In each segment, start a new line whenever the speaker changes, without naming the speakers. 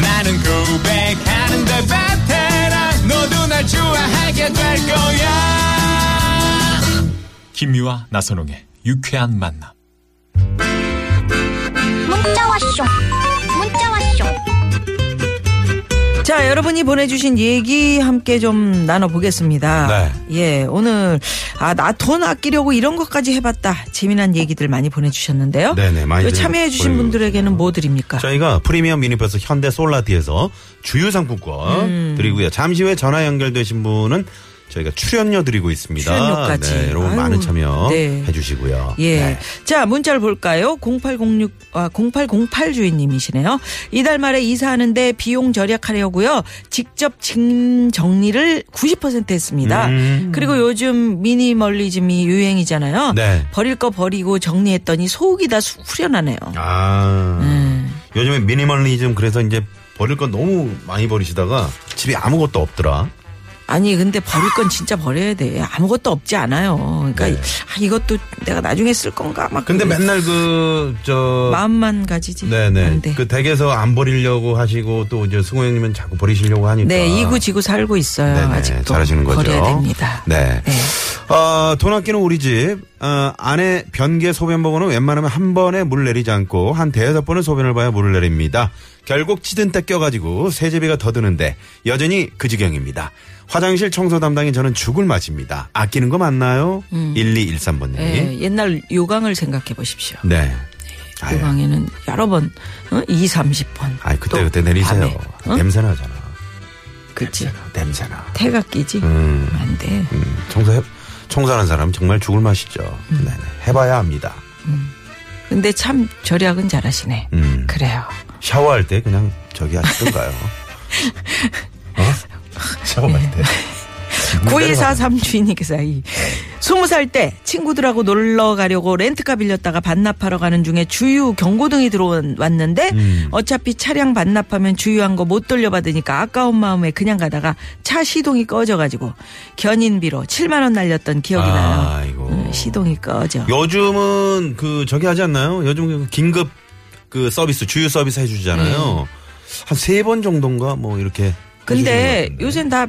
나는 고백하는데 베테랑 너도 날 좋아하게 될 거야. 김유와 나선홍의 유쾌한 만남.
문자 왔쇼. 문자 왔쇼.
자, 여러분이 보내주신 얘기 함께 좀 나눠보겠습니다.
네.
예, 오늘, 아, 나 돈 아끼려고 이런 것까지 해봤다. 재미난 얘기들 많이 보내주셨는데요.
네네, 많이
또
들-
참여해주신
보내주셨어요.
분들에게는 뭐 드립니까?
저희가 프리미엄 미니버스 현대 솔라티에서 주유 상품권
음.
드리고요. 잠시 후에 전화 연결되신 분은 저희가 출연료 드리고 있습니다.
출연료까지.
네, 여러분
아유,
많은 참여
네.
해주시고요.
예.
네.
자, 문자를 볼까요? 0806, 아, 0808 주인님이시네요. 이달 말에 이사하는데 비용 절약하려고요. 직접 짐 정리를 90% 했습니다. 그리고 요즘 미니멀리즘이 유행이잖아요.
음. 네.
버릴 거 버리고 정리했더니 속이 다 수- 후련하네요.
아
네.
요즘에 미니멀리즘 그래서 이제 버릴 건 너무 많이 버리시다가 집에 아무것도 없더라.
아니 근데 버릴 건 진짜 버려야 돼. 아무것도 없지 않아요. 그러니까
네.
아, 이것도 내가 나중에 쓸 건가 막.
근데
그
맨날 그저
마음만 가지지.
네네
안 돼.
그 댁에서 안 버리려고 하시고 또 이제 승호 형님은 자꾸 버리시려고 하니까
네 이구 지구 살고 있어요.
네네,
아직도
잘하시는 거죠.
버려야 됩니다.
네. 어, 돈 아끼는 우리 집, 어, 아내 변계 소변 보고는 웬만하면 한 번에 물 내리지 않고 한 대여섯 번은 소변을 봐야 물을 내립니다. 결국 치든 때 껴가지고 세제비가 더 드는데 여전히 그 지경입니다. 화장실 청소 담당인 저는 죽을 맛입니다. 아끼는 거 맞나요?
음.
1213번님.
예, 옛날 요강을 생각해 보십시오.
네. 아유,
요강에는 여러 번, 어? 2, 30번.
아이, 그때 그때 내리세요. 네.
밤에, 어?
냄새 나잖아.
그치.
냄새 나.
태가 끼지?
음.
안 돼.
음, 청소해, 청소하는 사람 정말 죽을 맛이죠.
음.
네네. 해봐야 합니다.
근데 참 절약은 잘하시네.
음.
그래요.
샤워할 때 그냥 저기 하시던가요? 어? 샤워할 때.
9243 주인님께서 이 스무 살 때 친구들하고 놀러 가려고 렌트카 빌렸다가 반납하러 가는 중에 주유 경고등이 들어왔는데
음.
어차피 차량 반납하면 주유한 거 못 돌려받으니까 아까운 마음에 그냥 가다가 차 시동이 꺼져가지고 견인비로 7만 원 날렸던 기억이 나요.
아이고.
음, 시동이 꺼져.
요즘은 그 저기 하지 않나요? 요즘 그 긴급 그 서비스 주유 서비스 해주잖아요. 한 세 번 정도인가 뭐 이렇게.
네. 근데
해주시는 것 같은데.
요새는 다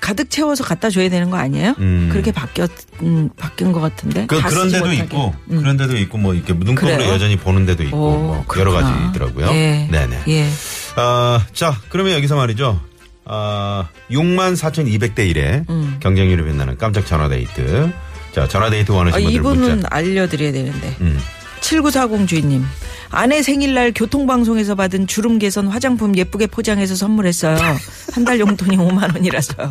가득 채워서 갖다 줘야 되는 거 아니에요?
음.
그렇게 바뀌었 음, 바뀐 것 같은데.
그
다
그런
쓰지
데도
못하게.
있고
음.
그런 데도 있고 뭐 이렇게 눈금으로
그래요?
여전히 보는 데도 있고
오,
뭐 여러
그렇구나.
가지 있더라고요.
예.
네네.
예.
아, 자, 그러면 여기서 말이죠. 아, 64,200대 1의
음.
경쟁률이 빛나는 깜짝 전화데이트. 자, 전화데이트
아,
원하시는 분들
이분은
문자.
알려드려야 되는데.
음.
7940 주인님. 아내 생일날 교통방송에서 받은 주름 개선 화장품 예쁘게 포장해서 선물했어요. 한 달 용돈이 5만 원이라서요.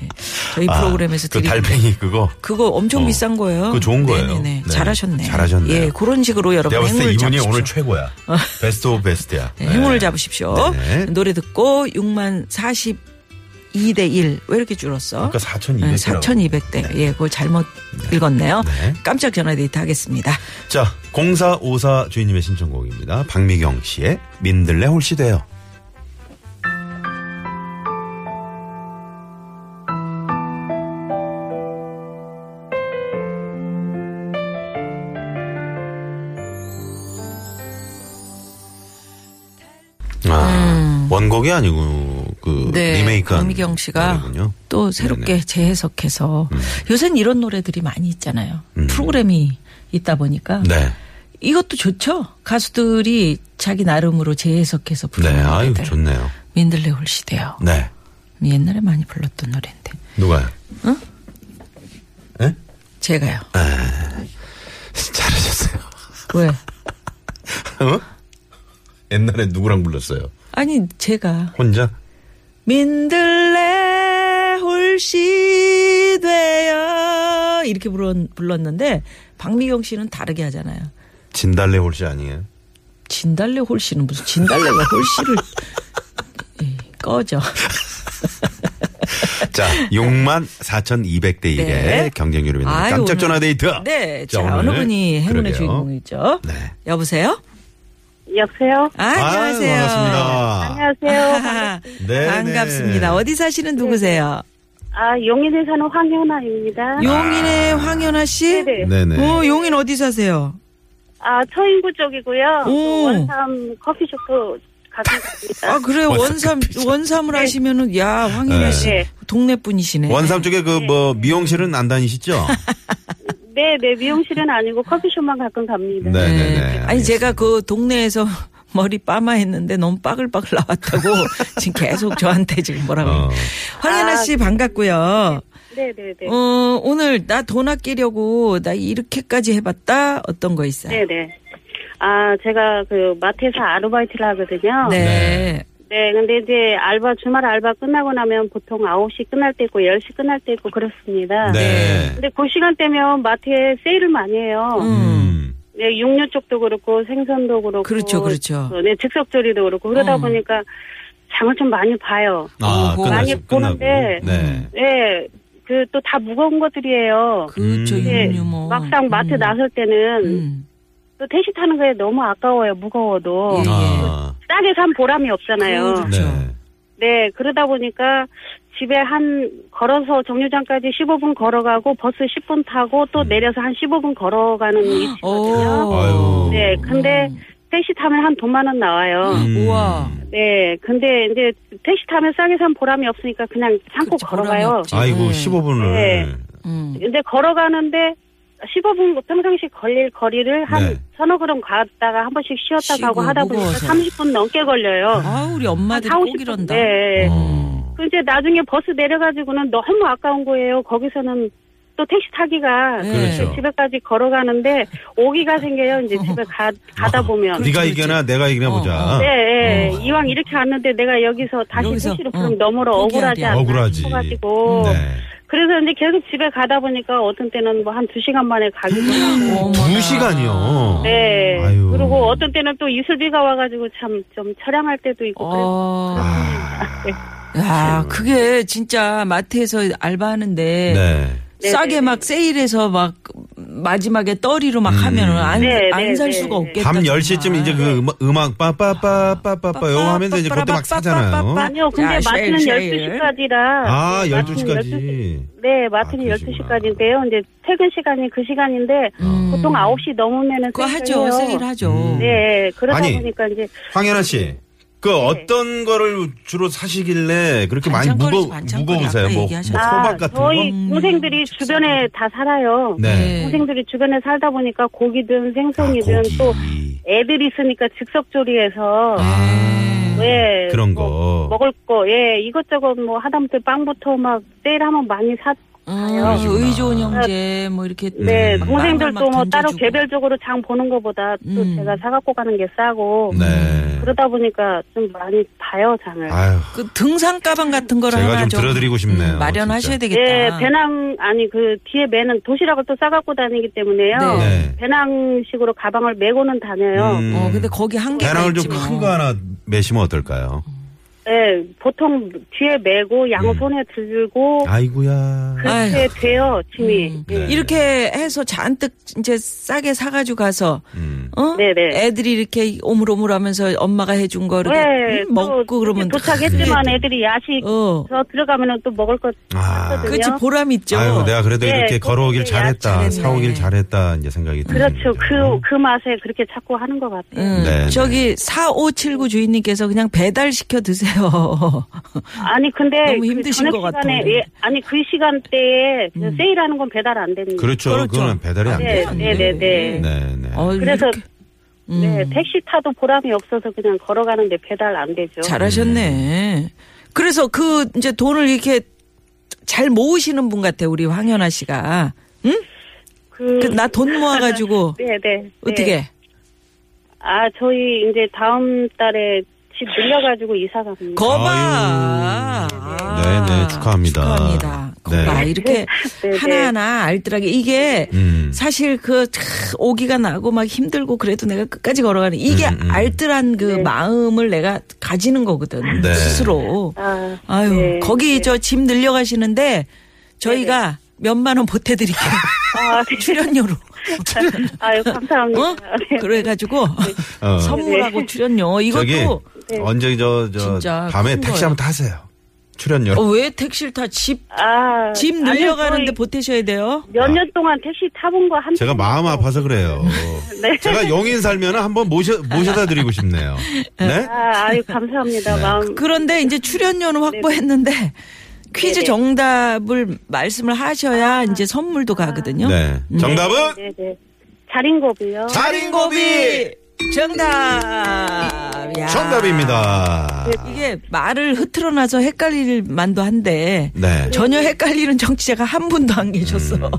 네. 저희
아,
프로그램에서
그
드리는
달팽이 그거.
그거 엄청
어,
비싼 거예요.
그거 좋은 거예요.
네네네.
네.
잘하셨네.
잘하셨네요.
예, 그런 식으로 여러분
내가 봤을 때
행운을
이분이
잡으십시오.
오늘 최고야. 베스트 오브 베스트야.
네, 행운을
네.
잡으십시오.
네네.
노래 듣고 6만 42대 1. 왜 이렇게 줄었어?
그러니까 4,200
네,
이라고.
4,200대. 예, 그걸 잘못 읽었네요.
네.
깜짝 전화 데이트 하겠습니다.
자, 0454 주인님의 신청곡입니다. 박미경 씨의 민들레 홀씨 돼요. 아, 원곡이 아니고 그
음.
리메이크한
네, 박미경 씨가
노래군요.
또 새롭게
네네. 음.
재해석해서 요새는 이런 노래들이 많이 있잖아요. 프로그램이 있다 보니까
네.
이것도 좋죠. 가수들이 자기 나름으로 재해석해서
네,
부르는
아유
노래들.
좋네요.
민들레 홀시대요.
네.
옛날에 많이 불렀던 노래인데
누가요? 예?
제가요.
네. 잘하셨어요.
왜?
어? 옛날에 누구랑 불렀어요?
아니 제가
혼자?
민들레 홀시 돼요 이렇게 불렀, 불렀는데 박미경 씨는 다르게 하잖아요.
진달래 홀씨 아니에요?
진달래 홀씨는 무슨 진달래가 홀씨를 예, 꺼져.
자, 6만 4,200대 1의
네.
경쟁률을 믿는
아유,
깜짝 전화
오늘-
데이트.
네.
자,
자,
오늘
어느 분이 행운의
그러게요.
주인공이죠?
네.
여보세요?
여보세요?
아,
아유,
안녕하세요. 아.
반갑습니다.
안녕하세요.
아하,
네,
반갑습니다.
네.
어디 사시는 누구세요?
아, 용인에 사는 황현아입니다.
용인의 황현아 씨?
네. 네네.
네네.
어, 용인 어디 사세요?
아, 처인구 쪽이고요.
오.
또 원삼 커피숍도 가끔 갑니다.
아, 그래요. 원삼, 원삼을 하시면은, 야, 황현아
네.
씨.
네.
동네 분이시네.
원삼 쪽에 그 뭐 미용실은 안 다니시죠?
네, 네, 미용실은 아니고 커피숍만 가끔 갑니다.
네. 네네네.
아니
알겠습니다.
제가 그 동네에서 머리 빠마했는데 너무 빠글빠글 나왔다고 지금 계속 저한테 지금 뭐라고
어.
황현아
아,
씨 반갑고요.
네, 네, 네.
어 오늘 나 돈 아끼려고 나 이렇게까지 해봤다 어떤 거 있어요?
네, 네. 아, 제가 그 마트에서 아르바이트를 하거든요.
네.
네, 근데 이제 알바, 주말 알바 끝나고 나면 보통 9시 끝날 때 있고 10시 끝날 때 있고 그렇습니다.
네.
근데 그 시간대면 마트에 세일을 많이 해요.
어.
음.
네, 육류 쪽도 그렇고 생선도 그렇고
그렇죠, 그렇죠.
어, 네, 즉석 조리도 그렇고 그러다
음.
보니까 장을 좀 많이 봐요.
아,
오호.
끝나시,
많이
끝나고.
보는데.
네.
네, 그 또 다 무거운 것들이에요.
그렇죠
음.
네,
윤유 뭐
막상 마트
음.
나설 때는
음.
또 택시 타는 거에 너무 아까워요. 무거워도
예. 그렇죠.
아,
싸게 산 보람이 없잖아요.
그거를-
네.
네, 그러다 보니까 집에 한 걸어서 정류장까지 15분 걸어가고 버스 10분 타고
음.
또 내려서 한 15분
아.
걸어가는 위치거든요.
오. 아,
아유.
네, 근데
음.
택시 타면 한 돈만 원 나와요.
예.
음.
우와.
네, 근데 이제 택시 타면 싸게 산 보람이 없으니까 그냥 참고
그렇죠, 보람이
걸어가요.
없지.
아이고,
네.
15분을.
네.
음.
근데 걸어가는데 15분 평상시 걸릴 거리를 한
네.
서너 걸음 갔다가 한 번씩 쉬었다
쉬고
가고 하다
무거워서.
보니까 30분 넘게 걸려요.
아 우리 엄마들
한
꼭
40 분.
이런다.
네.
어.
그 이제 나중에 버스 내려가지고는 너무 아까운 거예요. 거기서는 또 택시 타기가
네.
그렇죠.
집에까지 걸어가는데 오기가 생겨요. 이제 집에 가,
아,
가다 보면.
그러니까
네가 이겨나 내가 이기나
어,
보자.
어.
네, 예. 이왕 이렇게 왔는데 내가 여기서 다시
여기서,
택시로
어.
그럼 너무나
포기하지
억울하지
않나
않나
억울하지.
싶어가지고
네.
그래서 이제 계속 집에 가다 보니까 어떤 때는 뭐 한 두 시간 만에 가기도
음.
하고
어.
두 시간이요.
어. 네
아유.
그리고 어떤 때는 또 이슬비가 와가지고 참 좀 처량할 때도 있고 그래서 네.
어.
아.
야, 그게 진짜 마트에서 알바하는데
그렇죠. 네.
네,
싸게
네,
막 세일해서 막 마지막에 떨이로 막 하면은 안 안
네,
살
네, 네,
수가
네.
없겠다.
음. 밤 10시쯤 이제 그 음악, 음악 빠빠빠빠빠빠 요거 하면서 이제 그때 막 사잖아요.
아니요 근데
야, 쉐일,
마트는
쉐일.
12시까지라
아,
네, 마트는 12시
열두시까지
네, 마트는
아,
열
그러시구나.
12시까지인데요. 이제 퇴근 시간이 그 시간인데 보통 9시 넘으면은
음. 그거 하죠.
세일해요.
세일하죠.
음.
네, 그러다
아니.
보니까 이제
황현아 씨.
네.
그 어떤 거를 주로 사시길래 그렇게 많이
반찬거리,
무거
반찬거리
무거우세요?
아까
뭐, 뭐
얘기하셨죠.
호박 같은 거? 음,
저희 동생들이 주변에 다 살아요.
네.
동생들이 주변에 살다 보니까 고기든 생선이든
아, 고기.
또 애들 있으니까 즉석 조리해서
아,
예
그런 거.
뭐 먹을 거 예 이것저것 뭐 하다못해 빵부터 막 세일하면 많이 사.
음,
그러시구나.
의존 형제 뭐 이렇게
네
음.
동생들도 뭐
빵을 막
따로
던져주고.
개별적으로 장 보는 거보다 또
음.
제가 사갖고 가는 게 싸고
네.
그러다 보니까 좀 많이 봐요 장을.
아유,
그 등산 가방 같은 거를
제가
하나
좀 들어드리고 싶네요,
음, 마련하셔야
진짜.
되겠다.
예 배낭 아니 그 뒤에 매는 도시락을 또 싸갖고 다니기 때문에요.
네.
네.
배낭식으로 가방을 메고는 다녀요.
음,
어, 근데 거기 한계가
배낭을 좀
있지
큰
뭐.
거 하나 매시면 어떨까요?
예, 보통 뒤에 메고
음.
양손에 들고
아이고야.
그렇게 돼요 짐이. 예.
음.
네.
이렇게 해서 잔뜩 이제 싸게 사가지고 가서
음.
어?
네네.
애들이 이렇게 오물오물하면서 엄마가 해준 거를
네,
음, 먹고
또
그러면
도착했지만 애들이 야식
그- 어
저 들어가면은 또 먹을 것
아.
같거든요.
그렇지 보람 있죠.
아유, 내가 그래도
네,
이렇게
그렇게
걸어오길 잘했다.
잘했네.
사오길 잘했다. 이제 생각이 드는 음.
그렇죠. 그 그 맛에 그렇게 자꾸 하는 것 같아요.
음,
네,
저기 4579 주인님께서 그냥 배달 시켜 드세요.
아니 근데
너무 힘드신
그
것
저녁
같아,
시간에
근데.
예, 아니 그 시간대에 그 세일하는 건 배달 안 됩니다.
그렇죠.
그렇죠.
그거는 배달이 안
네,
되죠.
네, 네, 네.
네, 네.
어,
그래서
이렇게 음.
네, 택시 타도 보람이 없어서 그냥 걸어가는데 배달 안 되죠.
잘하셨네. 그래서 그 이제 돈을 이렇게 잘 모으시는 분 같아 우리 황현아 씨가.
그,
그 나 돈 모아가지고
네, 네.
어떻게?
아, 저희 이제 다음 달에 집 늘려가지고 이사 갑니다.
거봐. 아.
네네, 축하합니다.
축하합니다.
네.
거봐 이렇게
네, 네.
하나하나 알뜰하게 이게
음.
사실 그 차, 오기가 나고 막 힘들고 그래도 내가 끝까지 걸어가는 이게
음, 음, 음.
알뜰한 그
네.
마음을 내가 가지는 거거든
네.
스스로.
아,
아유
네,
거기
네.
저 짐 늘려가시는데 저희가 몇만 원 보태드릴게요.
아, 네.
출연료로.
아유, 감사합니다.
어?
네.
그래가지고
어.
선물하고 출연료
저기
이것도
네.
언제 저, 저
진짜
밤에
큰
택시
거예요.
한번 타세요. 출연료.
어, 왜 택시를 타집집
아, 아니요,
늘려가는데
저희
보태셔야 돼요.
몇년 동안 택시 타본 거 한.
제가 마음 아파서 그래요.
네.
제가 영인 살면은 한번 모셔 모셔다 드리고 싶네요.
어.
네?
아, 아유, 감사합니다. 마음.
그런데 이제 출연료는 확보했는데 퀴즈
네. 네네. 아.
정답을 말씀을 하셔야 이제 선물도 가거든요.
네. 정답은
네네. 자린고비요.
자린고비
정답. 야.
정답입니다.
네.
이게 말을 흐트러놔서 헷갈릴 만도 한데
네.
전혀 헷갈리는 정치자가 한 분도 안 계셨어.
음.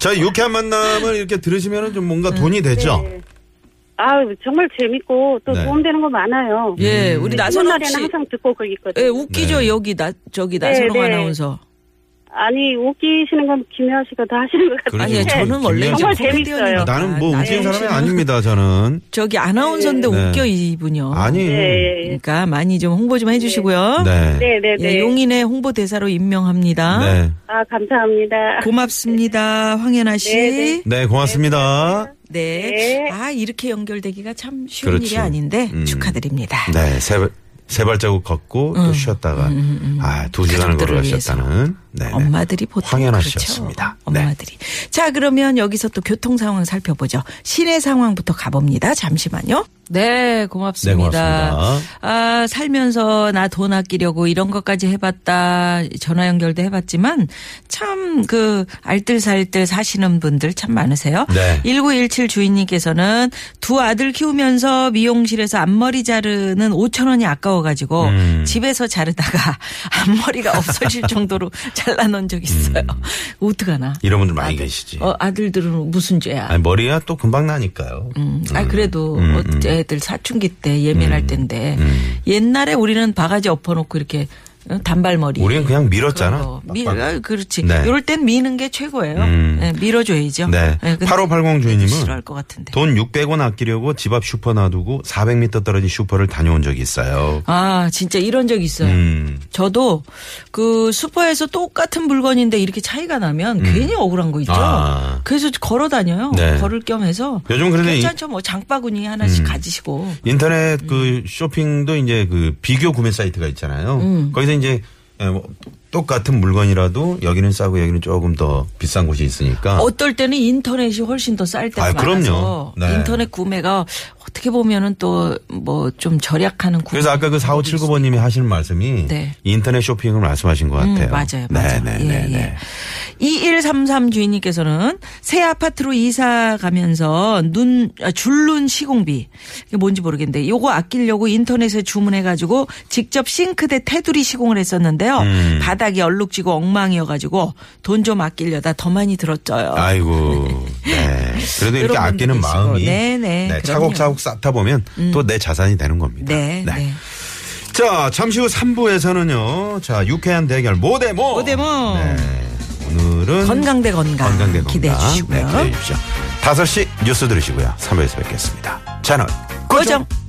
저희 유쾌한 만남을 이렇게 들으시면은 좀 뭔가
음.
돈이 되죠.
네. 아, 정말 재밌고 또
네.
도움되는 거 많아요.
예, 우리 나선홍
음. 날에는
씨.
항상 듣고 그 있거든요.
예, 웃기죠
네.
여기 나 저기 나선홍
네, 네.
아나운서.
아니 웃기시는 건 김혜아 씨가 다 하시는 것 같아요. 네.
그러죠.
아니 저는 원래 이제
정말
코미디언이니까.
그렇죠.
재밌어요.
나는 뭐
아,
웃기는
나선홍
사람이
씨는
아닙니다. 저는
저기 아나운서인데
네.
웃겨 이분요.
아니. 네.
네,
그러니까 많이 좀 홍보 좀 해주시고요.
네.
네, 네,
예,
네.
용인의 홍보 대사로 임명합니다.
네.
아 감사합니다.
고맙습니다, 황현아 씨.
네, 네.
고맙습니다.
네.
네.
아, 이렇게 연결되기가 참 쉬운
그렇죠.
일이 아닌데
음.
축하드립니다.
네. 세, 발- 세 발자국 걷고
음.
또 쉬었다가 아, 두 시간을
가족들을
걸어가셨다는 네, 네.
음. 엄마들이 보통
황현아
그렇죠.
씨였습니다. 네.
엄마들이. 자, 그러면 여기서 또 교통 상황 살펴보죠. 시내 상황부터 가봅니다. 잠시만요. 네, 고맙습니다.
네, 고맙습니다.
아, 살면서 나 돈 아끼려고 이런 것까지 해봤다. 전화 연결도 해봤지만 참 그 알뜰살뜰 사시는 분들 참 많으세요.
네.
1917 주인님께서는 두 아들 키우면서 미용실에서 앞머리 자르는 5천 원이 아까워가지고
음.
집에서 자르다가 앞머리가 없어질 정도로 잘라놓은 적 있어요.
음.
어떡하나.
이런 분들 많이 계시지.
어, 아들들은 무슨 죄야.
아니, 머리야 또 금방 나니까요.
음, 아 그래도
음, 음.
어, 애들 사춘기 때 예민할 텐데
음.
옛날에 우리는 바가지 엎어놓고 이렇게 어, 단발머리.
우리는 그냥 밀었잖아.
그런 거.
막
미,
막.
아, 그렇지.
네.
이럴 땐 미는 게 최고예요.
음.
네, 밀어줘야죠. 예,
네.
근데
8580 주인님은
싫어할 것 같은데.
돈 600원 아끼려고 집 앞 슈퍼 놔두고 400m 떨어진 슈퍼를 다녀온 적이 있어요.
아 진짜 이런 적 있어요.
음.
저도 그 슈퍼에서 똑같은 물건인데 이렇게 차이가 나면 괜히 억울한 거 있죠.
음. 아.
그래서 걸어 다녀요.
네.
걸을 겸 해서.
요즘 그런데 이- 음.
괜찮죠. 뭐 장바구니 하나씩 가지시고.
인터넷 그 쇼핑도 이제 그 비교 구매 사이트가 있잖아요.
음.
거기서 이제 에, 뭐 똑같은 물건이라도 여기는 싸고 여기는 조금 더 비싼 곳이 있으니까.
어떨 때는 인터넷이 훨씬 더 쌀 때가
아,
많아서
그럼요. 네.
인터넷 구매가 어떻게 보면은 또 뭐 좀 절약하는 구매.
그래서 아까 그 4579번님이 하시는 말씀이
네.
인터넷 쇼핑을 말씀하신 것 같아요.
음, 맞아요. 맞아요.
네, 네,
예,
네,
예.
네.
2133 주인님께서는 새 아파트로 이사 가면서 눈 아, 줄눈 시공비 이게 뭔지 모르겠는데 요거 아끼려고 인터넷에 주문해 가지고 직접 싱크대 테두리 시공을 했었는데요.
음.
바닥이 얼룩지고 엉망이어 가지고 돈 좀 아끼려다 더 많이 들었어요.
아이고. 네. 그래도 이렇게
여러분들도
아끼는
계시고.
마음이
네, 네. 그럼요. 음.
차곡차곡 쌓다 보면 또 내 자산이 되는 겁니다.
네,
네.
네.
자, 잠시 후 3부에서는요. 자, 유쾌한 대결 모대모.
어, 모대모.
네. 오늘은
건강 대 건강,
건강 네. 대 건강.
기대해 주시고요.
네, 기대해 주십시오. 5시 뉴스 들으시고요. 3부에서 뵙겠습니다. 채널
고정.
고정.